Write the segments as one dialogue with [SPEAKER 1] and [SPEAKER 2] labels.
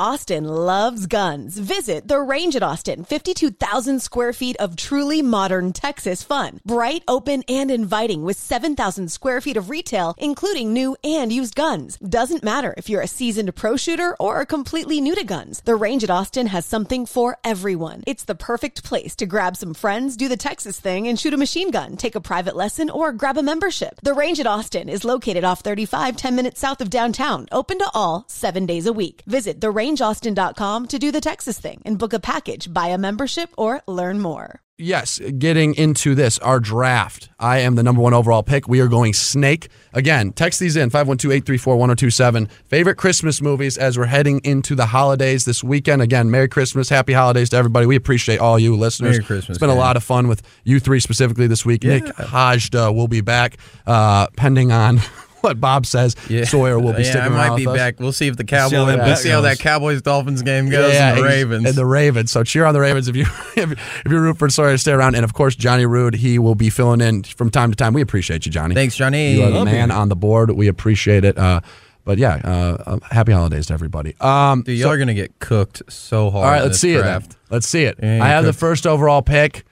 [SPEAKER 1] Austin loves guns. Visit the range at Austin, 52,000 square feet of truly modern Texas fun. Bright, open, and inviting with 7,000 square feet of retail, including new and used guns. Doesn't matter if you're a seasoned pro shooter or are completely new to guns, the range at Austin has something for everyone. It's the perfect place to grab some friends, do the Texas thing, and shoot a machine gun, take a private lesson, or grab a membership. The range at Austin is located off 35, 10 minutes south of downtown, open to all seven days a week. Visit therangeaustin.com to do the Texas thing and book a package, buy a membership, or learn more.
[SPEAKER 2] Yes, getting into this, our draft. I am the number one overall pick. We are going snake. Again, text these in 512 834 1027. Favorite Christmas movies as we're heading into the holidays this weekend. Again, Merry Christmas. Happy holidays to everybody. We appreciate all you listeners.
[SPEAKER 3] Merry Christmas,
[SPEAKER 2] It's been a
[SPEAKER 3] man.
[SPEAKER 2] lot of fun with you three specifically this week. Nick Hajda will be back, uh, pending on what Bob says. Sawyer will be
[SPEAKER 3] yeah,
[SPEAKER 2] sticking
[SPEAKER 3] I might
[SPEAKER 2] around
[SPEAKER 3] be
[SPEAKER 2] with us.
[SPEAKER 3] back. We'll see if the
[SPEAKER 4] how
[SPEAKER 3] Cowboys.
[SPEAKER 4] that
[SPEAKER 3] we'll
[SPEAKER 4] bet
[SPEAKER 3] see how
[SPEAKER 4] goes.
[SPEAKER 3] that Cowboys Dolphins game goes. and the
[SPEAKER 2] ex-
[SPEAKER 3] Ravens.
[SPEAKER 2] And the Ravens. So cheer on the Ravens if you if, if you're rooting for Sawyer to stay around. And of course, Johnny Rude, he will be filling in from time to time. We appreciate you, Johnny.
[SPEAKER 3] Thanks, Johnny.
[SPEAKER 2] You are the man on the board. We appreciate it. Uh, but yeah, uh, uh, happy holidays to everybody. Um,
[SPEAKER 3] Dude, y'all are gonna get cooked so hard.
[SPEAKER 2] all right,
[SPEAKER 3] in
[SPEAKER 2] let's
[SPEAKER 3] this
[SPEAKER 2] see
[SPEAKER 3] draft.
[SPEAKER 2] it. Then. Let's see it.
[SPEAKER 3] Yeah,
[SPEAKER 2] I have the
[SPEAKER 3] cooked.
[SPEAKER 2] first overall pick.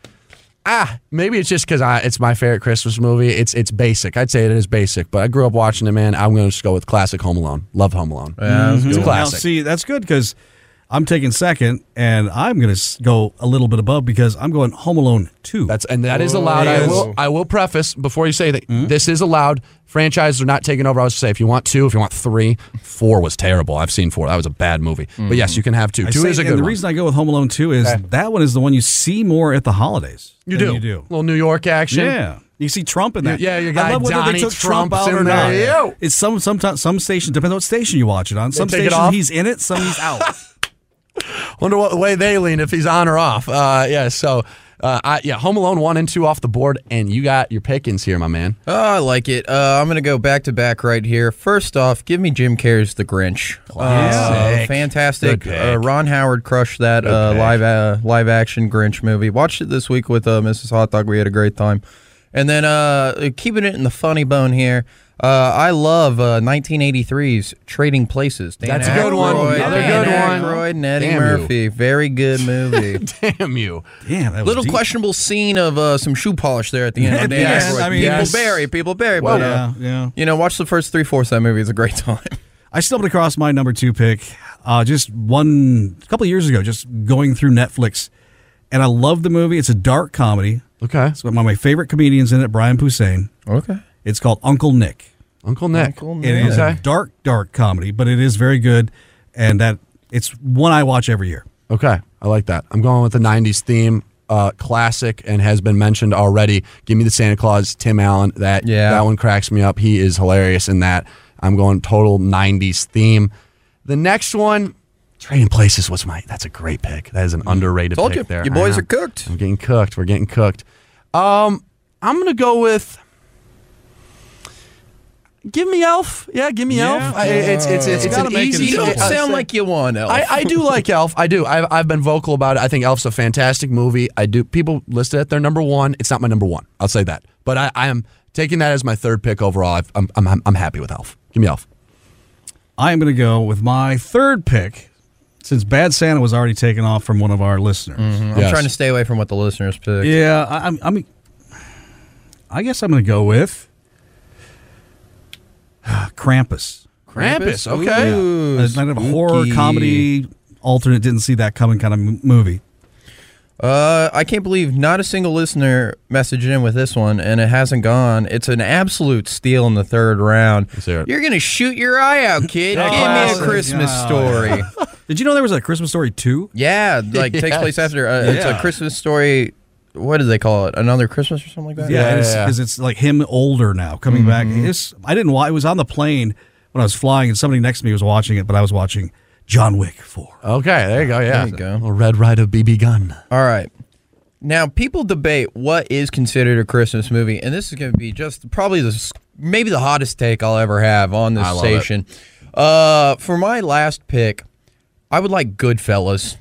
[SPEAKER 2] Ah, maybe it's just because it's my favorite Christmas movie. It's it's basic. I'd say it is basic, but I grew up watching it, man. I'm going to just go with classic Home Alone. Love Home Alone.
[SPEAKER 3] Yeah, that's
[SPEAKER 2] It's a
[SPEAKER 3] good.
[SPEAKER 2] classic.
[SPEAKER 4] Now, see, that's good because I'm taking second, and I'm going to go a little bit above because I'm going Home Alone 2.
[SPEAKER 2] That's and that is allowed.
[SPEAKER 4] Oh.
[SPEAKER 2] I
[SPEAKER 3] yes.
[SPEAKER 2] will I will preface before you say that
[SPEAKER 4] Hmm?
[SPEAKER 2] this is allowed. Franchises are not taking over. I was to say if you want two, if you want three, four was terrible. I've seen four. That was a bad movie. But yes, you can have two.
[SPEAKER 4] Hmm. I
[SPEAKER 2] two
[SPEAKER 4] say-
[SPEAKER 2] is a
[SPEAKER 4] and
[SPEAKER 2] good
[SPEAKER 4] the
[SPEAKER 2] one.
[SPEAKER 4] reason I go with Home Alone 2 is that one is the one you see more at the holidays.
[SPEAKER 2] you
[SPEAKER 4] than
[SPEAKER 2] do.
[SPEAKER 4] You do.
[SPEAKER 2] little New York action.
[SPEAKER 4] Yeah. You see Trump in that.
[SPEAKER 2] Yeah, your
[SPEAKER 4] I
[SPEAKER 2] guy
[SPEAKER 4] love whether
[SPEAKER 2] Donnie
[SPEAKER 4] they took Trump
[SPEAKER 2] Trump's
[SPEAKER 4] out or
[SPEAKER 2] in
[SPEAKER 4] not.
[SPEAKER 2] there. Ew.
[SPEAKER 4] It's some sometimes some station depends on what station you watch it on. Some
[SPEAKER 2] take it
[SPEAKER 4] stations
[SPEAKER 2] off?
[SPEAKER 4] he's in it, some he's out.
[SPEAKER 2] Wonder what way they lean if he's on or off. Uh, yeah. So. Uh, I, yeah, Home Alone one and two off the board, and you got your pickings here, my man.
[SPEAKER 3] Oh, I like it. Uh, I'm gonna go back to back right here. First off, give me Jim Carrey's The Grinch.
[SPEAKER 2] Classic.
[SPEAKER 3] Uh, fantastic.
[SPEAKER 2] Good
[SPEAKER 3] Uh,
[SPEAKER 2] pick.
[SPEAKER 3] Ron Howard crushed that uh, live uh, live action Grinch movie. Watched it this week with uh, Mrs. Hot Dog. We had a great time. And then uh, keeping it in the funny bone here. Uh, I love uh, 1983's Trading Places. Dan
[SPEAKER 2] That's a good one.
[SPEAKER 3] Aykroyd-
[SPEAKER 2] Another
[SPEAKER 3] Dan
[SPEAKER 2] good one.
[SPEAKER 3] Aykroyd and Eddie
[SPEAKER 2] Damn you.
[SPEAKER 3] Murphy. Very good movie.
[SPEAKER 2] Damn you!
[SPEAKER 4] Damn, that was
[SPEAKER 3] Little
[SPEAKER 4] deep.
[SPEAKER 3] questionable scene of uh, some shoe polish there at the end.
[SPEAKER 4] At
[SPEAKER 3] of
[SPEAKER 4] the
[SPEAKER 3] Dan
[SPEAKER 4] end,
[SPEAKER 3] Aykroyd.
[SPEAKER 4] I mean,
[SPEAKER 3] people
[SPEAKER 4] yes.
[SPEAKER 3] bury, people bury. But, uh,
[SPEAKER 4] Yeah, yeah.
[SPEAKER 3] you know, watch the first three fourths of that movie. It's a great time.
[SPEAKER 4] I stumbled across my number two pick uh, just one a couple years ago, just going through Netflix, and I love the movie. It's a dark comedy.
[SPEAKER 2] Okay,
[SPEAKER 4] It's got one of my favorite comedians in it, Brian Poussin.
[SPEAKER 3] Okay.
[SPEAKER 4] It's called Uncle Nick.
[SPEAKER 2] Uncle Nick.
[SPEAKER 4] It is
[SPEAKER 2] Okay.
[SPEAKER 4] a dark, dark comedy, but it is very good, and that it's one I watch every year.
[SPEAKER 2] Okay, I like that. I'm going with the '90s theme, uh, classic, and has been mentioned already. Give me the Santa Claus, Tim Allen. That
[SPEAKER 3] Yeah.
[SPEAKER 2] that one cracks me up. He is hilarious in that. I'm going total '90s theme. The next one, Trading Places was my. That's a great pick. That is an underrated
[SPEAKER 3] Mm. Told
[SPEAKER 2] pick
[SPEAKER 3] you.
[SPEAKER 2] there.
[SPEAKER 3] You
[SPEAKER 2] I
[SPEAKER 3] boys
[SPEAKER 2] know.
[SPEAKER 3] are cooked.
[SPEAKER 2] I'm getting cooked. We're getting cooked. Um, I'm gonna go with. Give me Elf. Yeah, give me Elf. I, it's it's it's, it's
[SPEAKER 4] gotta
[SPEAKER 2] an
[SPEAKER 4] make it
[SPEAKER 2] easy.
[SPEAKER 4] a
[SPEAKER 3] You don't
[SPEAKER 4] I'll
[SPEAKER 3] sound like you want Elf.
[SPEAKER 2] I, I do like Elf. I do. I've, I've been vocal about it. I think Elf's a fantastic movie. I do. People list it at their number one. It's not my number one. I'll say that. But I, I am taking that as my third pick overall. I've, I'm, I'm, I'm happy with Elf. Give me Elf.
[SPEAKER 4] I am going to go with my third pick, since Bad Santa was already taken off from one of our listeners.
[SPEAKER 3] I'm
[SPEAKER 2] Yes.
[SPEAKER 3] trying to stay away from what the listeners pick.
[SPEAKER 4] Yeah, I, I'm, I'm. I guess I'm going to go with Krampus.
[SPEAKER 2] Krampus.
[SPEAKER 3] Krampus?
[SPEAKER 2] Okay.
[SPEAKER 3] Ooh,
[SPEAKER 4] It's kind of a horror
[SPEAKER 3] spooky.
[SPEAKER 4] comedy alternate. Didn't see that coming. Kind of m- movie.
[SPEAKER 3] Uh, I can't believe not a single listener messaged in with this one, and it hasn't gone. It's an absolute steal in the third round.
[SPEAKER 2] hear it.
[SPEAKER 3] You're gonna shoot your eye out, kid.
[SPEAKER 4] Yeah,
[SPEAKER 3] Give me
[SPEAKER 4] classic.
[SPEAKER 3] a Christmas
[SPEAKER 4] Yeah.
[SPEAKER 3] story.
[SPEAKER 4] Did you know there was a Christmas Story two?
[SPEAKER 3] Yeah, like takes place
[SPEAKER 2] Yes.
[SPEAKER 3] after. Uh, It's a
[SPEAKER 4] Yeah.
[SPEAKER 3] Christmas story. What do they call it? Another Christmas or something like that.
[SPEAKER 2] Yeah,
[SPEAKER 4] because
[SPEAKER 2] yeah, yeah.
[SPEAKER 4] it's, like him older now coming back. It's, I didn't. wa- I was on the plane when I was flying, and somebody next to me was watching it, but I was watching John Wick four.
[SPEAKER 2] Okay. There you go. Yeah.
[SPEAKER 3] There you go.
[SPEAKER 2] A Red Rider BB gun.
[SPEAKER 3] All right. Now people debate what is considered a Christmas movie, and this is going to be just probably the s- maybe the hottest take I'll ever have on this
[SPEAKER 2] I love it.
[SPEAKER 3] station. Uh, for my last pick, I would like Goodfellas.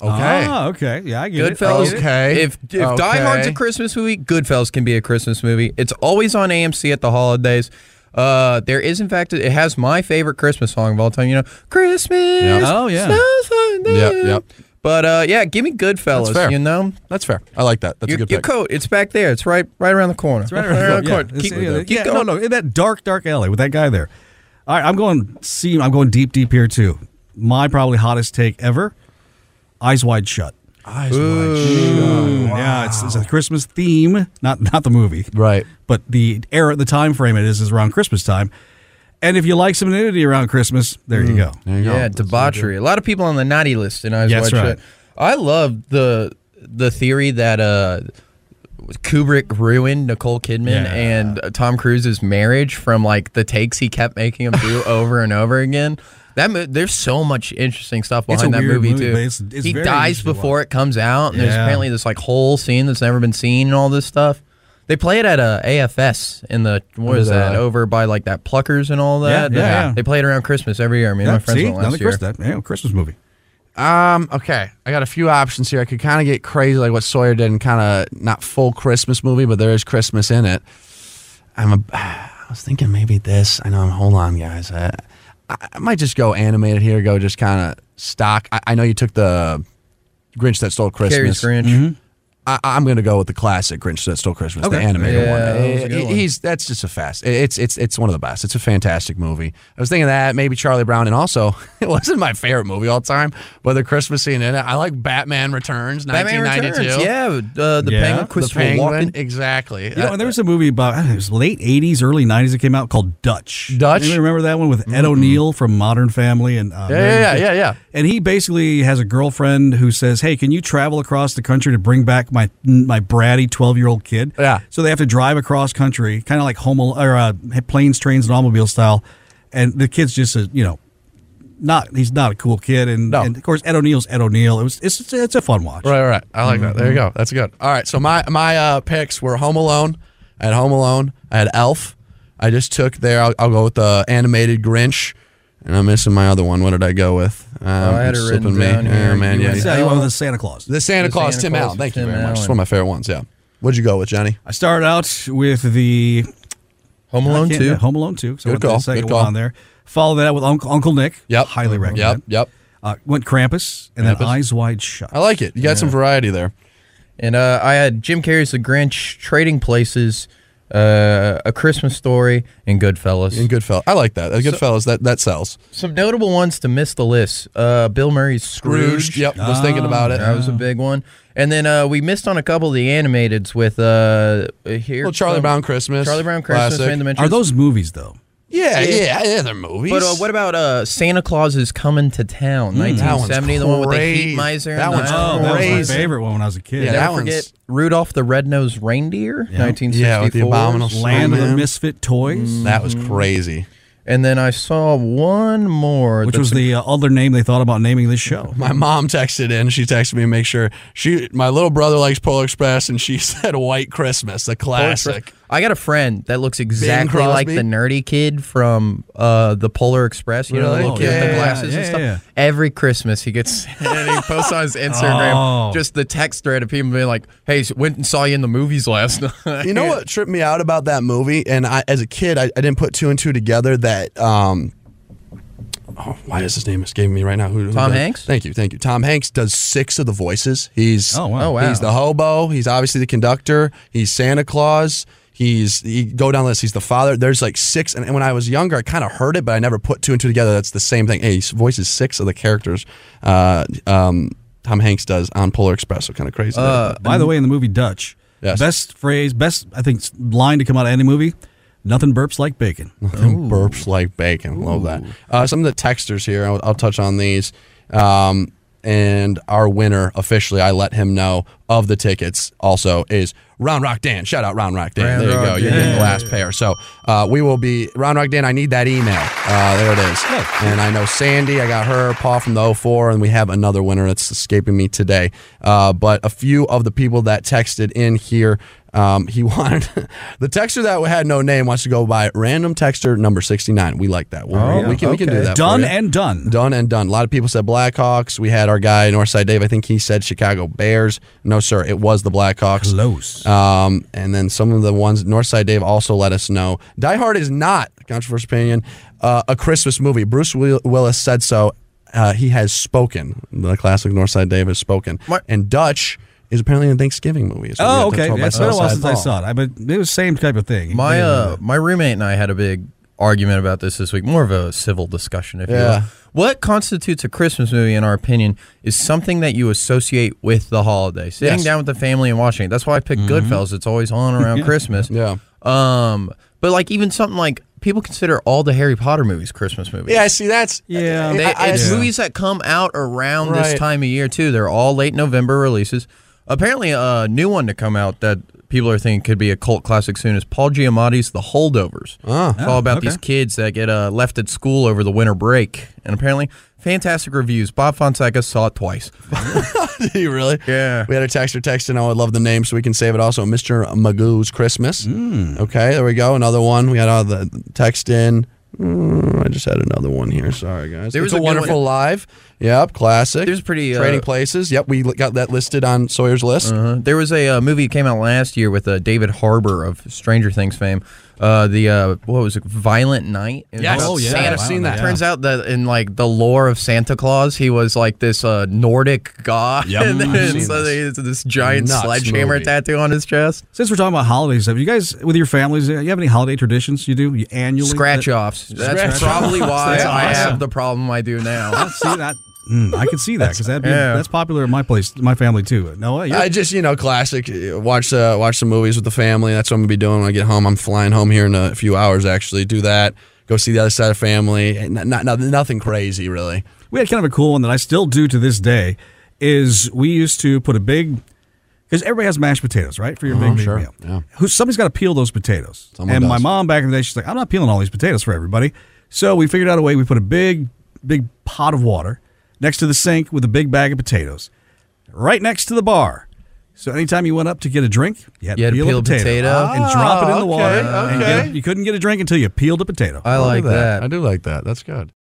[SPEAKER 2] Okay.
[SPEAKER 4] Ah, okay. Yeah, I get it. Oh, I
[SPEAKER 3] Goodfellas.
[SPEAKER 4] get it.
[SPEAKER 2] Okay.
[SPEAKER 3] If if Die Hard's
[SPEAKER 2] Okay.
[SPEAKER 3] a Christmas movie, Goodfellas can be a Christmas movie. It's always on AMC at the holidays. Uh, there is in fact it has my favorite Christmas song of all time. You know, Christmas.
[SPEAKER 4] Oh, yeah.
[SPEAKER 3] smells like
[SPEAKER 2] Yep,
[SPEAKER 3] that.
[SPEAKER 2] yep.
[SPEAKER 3] But uh, yeah, give me
[SPEAKER 2] That's
[SPEAKER 3] Goodfellas.
[SPEAKER 2] fair.
[SPEAKER 3] You know,
[SPEAKER 2] That's fair. I like that. That's
[SPEAKER 3] your,
[SPEAKER 2] a good
[SPEAKER 3] your
[SPEAKER 2] pick.
[SPEAKER 3] coat. It's back there. It's right, right around the corner. It's
[SPEAKER 4] Right around the corner. Yeah,
[SPEAKER 3] Keep,
[SPEAKER 4] It's- yeah,
[SPEAKER 3] keep
[SPEAKER 4] yeah,
[SPEAKER 3] going.
[SPEAKER 4] No, no, in that dark, dark alley with that guy there. All right, I'm going. See, I'm going deep, deep here too. My probably hottest take ever. Eyes wide shut. Mm,
[SPEAKER 2] Eyes wide shut.
[SPEAKER 4] Yeah, it's, it's a Christmas theme, not not the movie,
[SPEAKER 2] Right.
[SPEAKER 4] But the era, the time frame it is is around Christmas time. And if you like some nudity around Christmas, there you go.
[SPEAKER 2] There you go.
[SPEAKER 3] Yeah, debauchery. A lot of people on the naughty list and I was
[SPEAKER 4] That's
[SPEAKER 3] watching
[SPEAKER 4] right.
[SPEAKER 3] it. I love the the theory that uh Kubrick ruined Nicole Kidman
[SPEAKER 4] Yeah.
[SPEAKER 3] and uh, Tom Cruise's marriage from like the takes he kept making him do over and over again. That mo- there's so much interesting stuff
[SPEAKER 4] It's a
[SPEAKER 3] behind that
[SPEAKER 4] weird
[SPEAKER 3] movie,
[SPEAKER 4] movie,
[SPEAKER 3] too.
[SPEAKER 4] but it's- it's
[SPEAKER 3] he
[SPEAKER 4] very
[SPEAKER 3] dies
[SPEAKER 4] interesting to
[SPEAKER 3] before it comes out, and there's
[SPEAKER 4] Yeah.
[SPEAKER 3] apparently this like whole scene that's never been seen and all this stuff. They play it at uh, a AFS in the what
[SPEAKER 2] Under
[SPEAKER 3] is
[SPEAKER 2] the-
[SPEAKER 3] that over by like that Pluckers and all that.
[SPEAKER 4] yeah, yeah.
[SPEAKER 3] They play it around Christmas every year. Me and
[SPEAKER 4] Yeah,
[SPEAKER 3] my friends
[SPEAKER 4] see,
[SPEAKER 3] went last
[SPEAKER 4] another
[SPEAKER 3] year.
[SPEAKER 4] Christmas, that, yeah, Christmas movie.
[SPEAKER 2] Um, okay. I got a few options here. I could kind of get crazy like what Sawyer did and kind of not full Christmas movie, but there is Christmas in it. I'm a, I was thinking maybe this. I know I'm hold on guys. I, I, I might just go animated here, go just kind of stock. I, I know you took the Grinch that stole Christmas.
[SPEAKER 3] Carrie's Grinch.
[SPEAKER 2] I, I'm going to go with the classic Grinch that stole Christmas, the
[SPEAKER 4] Okay.
[SPEAKER 2] animated
[SPEAKER 3] Yeah,
[SPEAKER 2] one.
[SPEAKER 3] that was a good
[SPEAKER 2] He-
[SPEAKER 3] one.
[SPEAKER 2] He's that's just a fast. It's it's it's one of the best. It's a fantastic movie. I was thinking that maybe Charlie Brown, and also it wasn't my favorite movie all time, but the Christmas scene in it. I like Batman Returns,
[SPEAKER 3] Batman
[SPEAKER 2] 1992.
[SPEAKER 3] Returns. Yeah, uh, the
[SPEAKER 4] Yeah.
[SPEAKER 3] penguin,
[SPEAKER 2] the
[SPEAKER 3] Christopher
[SPEAKER 2] Penguin,
[SPEAKER 3] Walken.
[SPEAKER 2] exactly. Uh,
[SPEAKER 4] You know, and there was a movie about I think it was late '80s, early '90s that came out called Dutch.
[SPEAKER 2] Dutch?
[SPEAKER 4] Anybody remember that one with Ed O'Neill from Modern Family and uh,
[SPEAKER 2] yeah,
[SPEAKER 4] Mary-
[SPEAKER 2] yeah, yeah, yeah.
[SPEAKER 4] And he basically has a girlfriend who says, "Hey, can you travel across the country to bring back my my bratty twelve year old kid?"
[SPEAKER 2] Yeah.
[SPEAKER 4] So they have to drive across country, kind of like home Al- or uh, planes, trains, and automobile style. And the kid's just a you know, not he's not a cool kid, and,
[SPEAKER 2] No.
[SPEAKER 4] and of course Ed O'Neill's Ed O'Neill. It was it's it's a fun watch.
[SPEAKER 2] Right, right. I like that. There you
[SPEAKER 3] Mm-hmm.
[SPEAKER 2] go. That's good. All right. So my my uh, picks were Home Alone. I had Home Alone. I had Elf. I just took there. I'll, I'll go with the animated Grinch. And I'm missing my other one. What did I go with? Um,
[SPEAKER 3] Oh, I had
[SPEAKER 2] it's
[SPEAKER 3] it written
[SPEAKER 2] slipping
[SPEAKER 3] down
[SPEAKER 2] me.
[SPEAKER 3] here.
[SPEAKER 2] Yeah, man.
[SPEAKER 3] You
[SPEAKER 2] Yeah.
[SPEAKER 3] went-
[SPEAKER 4] So you went with the Santa Claus.
[SPEAKER 2] The Santa
[SPEAKER 3] The
[SPEAKER 2] Claus,
[SPEAKER 3] Santa
[SPEAKER 2] Tim
[SPEAKER 3] Claus
[SPEAKER 2] Allen.
[SPEAKER 3] is
[SPEAKER 2] Thank you
[SPEAKER 3] Tim
[SPEAKER 2] very much. It's
[SPEAKER 3] Allen.
[SPEAKER 2] one of my favorite ones. Yeah. What'd you go with, Johnny?
[SPEAKER 4] I started out with the
[SPEAKER 3] Home Alone
[SPEAKER 4] I can't-
[SPEAKER 3] Two.
[SPEAKER 4] yeah, Home Alone Two. So
[SPEAKER 2] Good
[SPEAKER 4] I went to
[SPEAKER 2] call,
[SPEAKER 4] The second
[SPEAKER 2] good
[SPEAKER 4] one
[SPEAKER 2] call.
[SPEAKER 4] on there. Follow that with Uncle, Uncle Nick.
[SPEAKER 2] Yep.
[SPEAKER 4] Highly
[SPEAKER 2] Yep.
[SPEAKER 4] recommend.
[SPEAKER 2] Yep.
[SPEAKER 4] Uh, went Krampus and
[SPEAKER 2] Krampus.
[SPEAKER 4] then Eyes Wide Shut.
[SPEAKER 2] I like it. You got some variety there.
[SPEAKER 3] And uh, I had Jim Carrey's The Grinch, Trading Places, uh, A Christmas Story, and Goodfellas.
[SPEAKER 2] And Goodfellas. I like that. Uh, Goodfellas, that, that sells.
[SPEAKER 3] Some notable ones to miss the list. Uh, Bill Murray's Scrooge.
[SPEAKER 2] Yep. was thinking about it.
[SPEAKER 3] Ah, That was a big one. And then uh, we missed on a couple of the animateds with uh, here.
[SPEAKER 2] Well, Charlie
[SPEAKER 3] Come-
[SPEAKER 2] Brown Christmas.
[SPEAKER 3] Charlie Brown Christmas.
[SPEAKER 2] Classic.
[SPEAKER 3] Phantom Menace.
[SPEAKER 4] Are those movies though?
[SPEAKER 2] Yeah, yeah, yeah. They're movies.
[SPEAKER 3] But uh, what about uh, Santa Claus is coming to town?
[SPEAKER 2] Mm. that one's
[SPEAKER 3] 1970, the one with the
[SPEAKER 2] crazy.
[SPEAKER 3] heat miser.
[SPEAKER 2] That
[SPEAKER 3] and
[SPEAKER 2] one's
[SPEAKER 3] the
[SPEAKER 2] Oh,
[SPEAKER 4] that was
[SPEAKER 2] Crazy.
[SPEAKER 4] my favorite one when I was a kid.
[SPEAKER 2] Yeah,
[SPEAKER 3] Never
[SPEAKER 2] that one's-
[SPEAKER 3] forget Rudolph the Red-Nosed Reindeer,
[SPEAKER 4] Yeah.
[SPEAKER 3] 1964.
[SPEAKER 2] Yeah, with the abominable
[SPEAKER 4] Land of the
[SPEAKER 2] Man.
[SPEAKER 4] Misfit Toys,
[SPEAKER 2] That was crazy.
[SPEAKER 3] And then I saw one more,
[SPEAKER 4] which
[SPEAKER 3] that's
[SPEAKER 4] was
[SPEAKER 3] a-
[SPEAKER 4] the uh, other name they thought about naming this show.
[SPEAKER 2] My mom texted in. She texted me to make sure she. My little brother likes Polar Express, and she said White Christmas, the classic.
[SPEAKER 3] I got a friend that looks exactly like
[SPEAKER 2] Crosby?
[SPEAKER 3] the nerdy kid from uh, the Polar Express. You know, the
[SPEAKER 2] Really?
[SPEAKER 3] little kid
[SPEAKER 2] Yeah,
[SPEAKER 3] with
[SPEAKER 2] yeah,
[SPEAKER 3] the glasses
[SPEAKER 4] yeah,
[SPEAKER 3] and stuff.
[SPEAKER 4] yeah.
[SPEAKER 3] Every Christmas, he gets and he posts on his Instagram
[SPEAKER 4] Oh.
[SPEAKER 3] just the text thread of people being like, "Hey, so went and saw you in the movies last night."
[SPEAKER 2] You know what tripped me out about that movie? And I, as a kid, I, I didn't put two and two together. That um, oh, why is his name escaping me right now? Who, who
[SPEAKER 3] Tom
[SPEAKER 2] does-
[SPEAKER 3] Hanks?
[SPEAKER 2] Thank you, thank you. Tom Hanks does six of the voices. He's
[SPEAKER 4] Oh, wow.
[SPEAKER 3] Oh, wow.
[SPEAKER 2] He's the hobo. He's obviously the conductor. He's Santa Claus. He's he, go down the list. He's the father. There's like six. And, and when I was younger, I kind of heard it, but I never put two and two together. That's the same thing. Hey, he voices six of the characters. Uh, um, Tom Hanks does on Polar Express. So kind of crazy.
[SPEAKER 3] Uh,
[SPEAKER 4] By the way, in the movie Dutch,
[SPEAKER 2] Yes.
[SPEAKER 4] best phrase, best I think line to come out of any movie: "Nothing burps like bacon."
[SPEAKER 2] and burps like bacon. Love that. Uh, some of the texters here, I'll, I'll touch on these. Um, and our winner officially, I let him know of the tickets. Also, is Round Rock Dan. Shout out Round Rock Dan.
[SPEAKER 3] Round
[SPEAKER 2] there you
[SPEAKER 3] Rock
[SPEAKER 2] go. Oh, You're
[SPEAKER 3] Dan.
[SPEAKER 2] getting the last pair. So uh, we will be Round Rock Dan. I need that email. Uh, there it is. And I know Sandy. I got her. Paul from the 04, and we have another winner that's escaping me today. Uh, but a few of the people that texted in here Um, he wanted the texter that had no name wants to go by random texter number 69. We like that. We'll-
[SPEAKER 3] Oh,
[SPEAKER 2] we, can, we can do
[SPEAKER 3] okay.
[SPEAKER 2] that. for
[SPEAKER 4] Done
[SPEAKER 2] you.
[SPEAKER 4] and done.
[SPEAKER 2] Done and done. A lot of people said Blackhawks. We had our guy Northside Dave. I think he said Chicago Bears. No, sir, it was the Blackhawks.
[SPEAKER 4] Close.
[SPEAKER 2] Um, and then some of the ones Northside Dave also let us know. Die Hard is not controversial opinion. Uh, a Christmas movie. Bruce Will- Willis said so. Uh, he has spoken. The classic Northside Dave has spoken.
[SPEAKER 3] What?
[SPEAKER 2] And Dutch is apparently a Thanksgiving movie. is what
[SPEAKER 4] oh,
[SPEAKER 2] we got
[SPEAKER 4] okay.
[SPEAKER 2] told by
[SPEAKER 4] It's been a while
[SPEAKER 2] Southside
[SPEAKER 4] since I
[SPEAKER 2] Paul.
[SPEAKER 4] saw it. I, but it was same type of thing.
[SPEAKER 3] My uh, my roommate and I had a big argument about this this week. More of a civil discussion, if you
[SPEAKER 2] Yeah.
[SPEAKER 3] will. What constitutes a Christmas movie, in our opinion, is something that you associate with the holiday. Sitting
[SPEAKER 2] Yes. Mm-hmm.
[SPEAKER 3] down with the family and watching it. That's why I picked Goodfellas. It's always on around Christmas.
[SPEAKER 2] Yeah.
[SPEAKER 3] Um, but like even something like people consider all the Harry Potter movies Christmas movies.
[SPEAKER 2] Yeah, I see. That's
[SPEAKER 4] Yeah.
[SPEAKER 3] Um, They,
[SPEAKER 2] I- I-
[SPEAKER 3] it's movies that come out around
[SPEAKER 2] Right.
[SPEAKER 3] this time of year too. They're all late November releases. Apparently, a new one to come out that people are thinking could be a cult classic soon is Paul Giamatti's The Holdovers. it's all
[SPEAKER 2] Oh,
[SPEAKER 3] about
[SPEAKER 4] okay.
[SPEAKER 3] these kids that get uh, left at school over the winter break, and apparently, fantastic reviews. Bob Fonseca saw it twice.
[SPEAKER 2] Did you really?
[SPEAKER 3] Yeah.
[SPEAKER 2] We had a texter texting. I would love the name so we can save it also. Mr. Magoo's Christmas.
[SPEAKER 3] Hmm.
[SPEAKER 2] Mm. Okay, there we go. Another one. We had all the text in. Mm, I just had another one here. Sorry, guys.
[SPEAKER 3] There
[SPEAKER 2] There was
[SPEAKER 3] was a
[SPEAKER 2] a
[SPEAKER 3] good
[SPEAKER 2] Wonderful
[SPEAKER 3] one.
[SPEAKER 2] Live. Yep, classic.
[SPEAKER 3] There's pretty, uh,
[SPEAKER 2] Trading Places. Yep, we li- got that listed on Sawyer's list.
[SPEAKER 3] Uh, there was a uh, movie that came out last year with uh, David Harbour of Stranger Things fame. Uh, the uh, what was it? Violent Night. It was
[SPEAKER 2] Yes.
[SPEAKER 3] about
[SPEAKER 2] Oh, yeah. I've seen that.
[SPEAKER 3] Turns out that in like the lore of Santa Claus, he was like this uh, Nordic god,
[SPEAKER 2] Yep,
[SPEAKER 3] and
[SPEAKER 2] I've
[SPEAKER 3] then
[SPEAKER 2] seen
[SPEAKER 3] so
[SPEAKER 2] this.
[SPEAKER 3] he has this giant
[SPEAKER 2] Nuts
[SPEAKER 3] sledgehammer
[SPEAKER 2] movie.
[SPEAKER 3] tattoo on his chest.
[SPEAKER 4] Since we're talking about holidays, have you guys with your families? uh, You have any holiday traditions you do you annually?
[SPEAKER 3] Scratch offs. That's
[SPEAKER 2] Scratch-offs.
[SPEAKER 3] probably why
[SPEAKER 4] That's
[SPEAKER 3] I
[SPEAKER 4] awesome.
[SPEAKER 3] have the problem I do now.
[SPEAKER 4] See that? Mm, I can see that because that
[SPEAKER 3] Yeah.
[SPEAKER 4] that's popular in my place, my family too. No, you're,
[SPEAKER 2] I just you know classic. uh, Watch uh, watch some movies with the family. That's what I'm gonna be doing when I get home. I'm flying home here in a few hours. Actually, do that. Go see the other side of family. And Not, not nothing crazy really.
[SPEAKER 4] we had kind of a cool one that I still do to this day. Is we used to put a big because everybody has mashed potatoes, right? For your big
[SPEAKER 2] sure.
[SPEAKER 4] meal.
[SPEAKER 2] Yeah.
[SPEAKER 4] Who, somebody's got to peel those potatoes.
[SPEAKER 2] Someone
[SPEAKER 4] and my
[SPEAKER 2] does.
[SPEAKER 4] mom back in the day, she's like, I'm not peeling all these potatoes for everybody. So we figured out a way. We put a big, big pot of water next to the sink with a big bag of potatoes, right next to the bar. So anytime you went up to get a drink, you had,
[SPEAKER 3] You had to
[SPEAKER 4] to peel a potato,
[SPEAKER 3] potato.
[SPEAKER 4] and drop it in the
[SPEAKER 2] Ah,
[SPEAKER 4] water.
[SPEAKER 2] okay,
[SPEAKER 4] and
[SPEAKER 2] okay.
[SPEAKER 4] get- you couldn't get a drink until you peeled a potato.
[SPEAKER 3] I like that.
[SPEAKER 2] I do like that. That's good.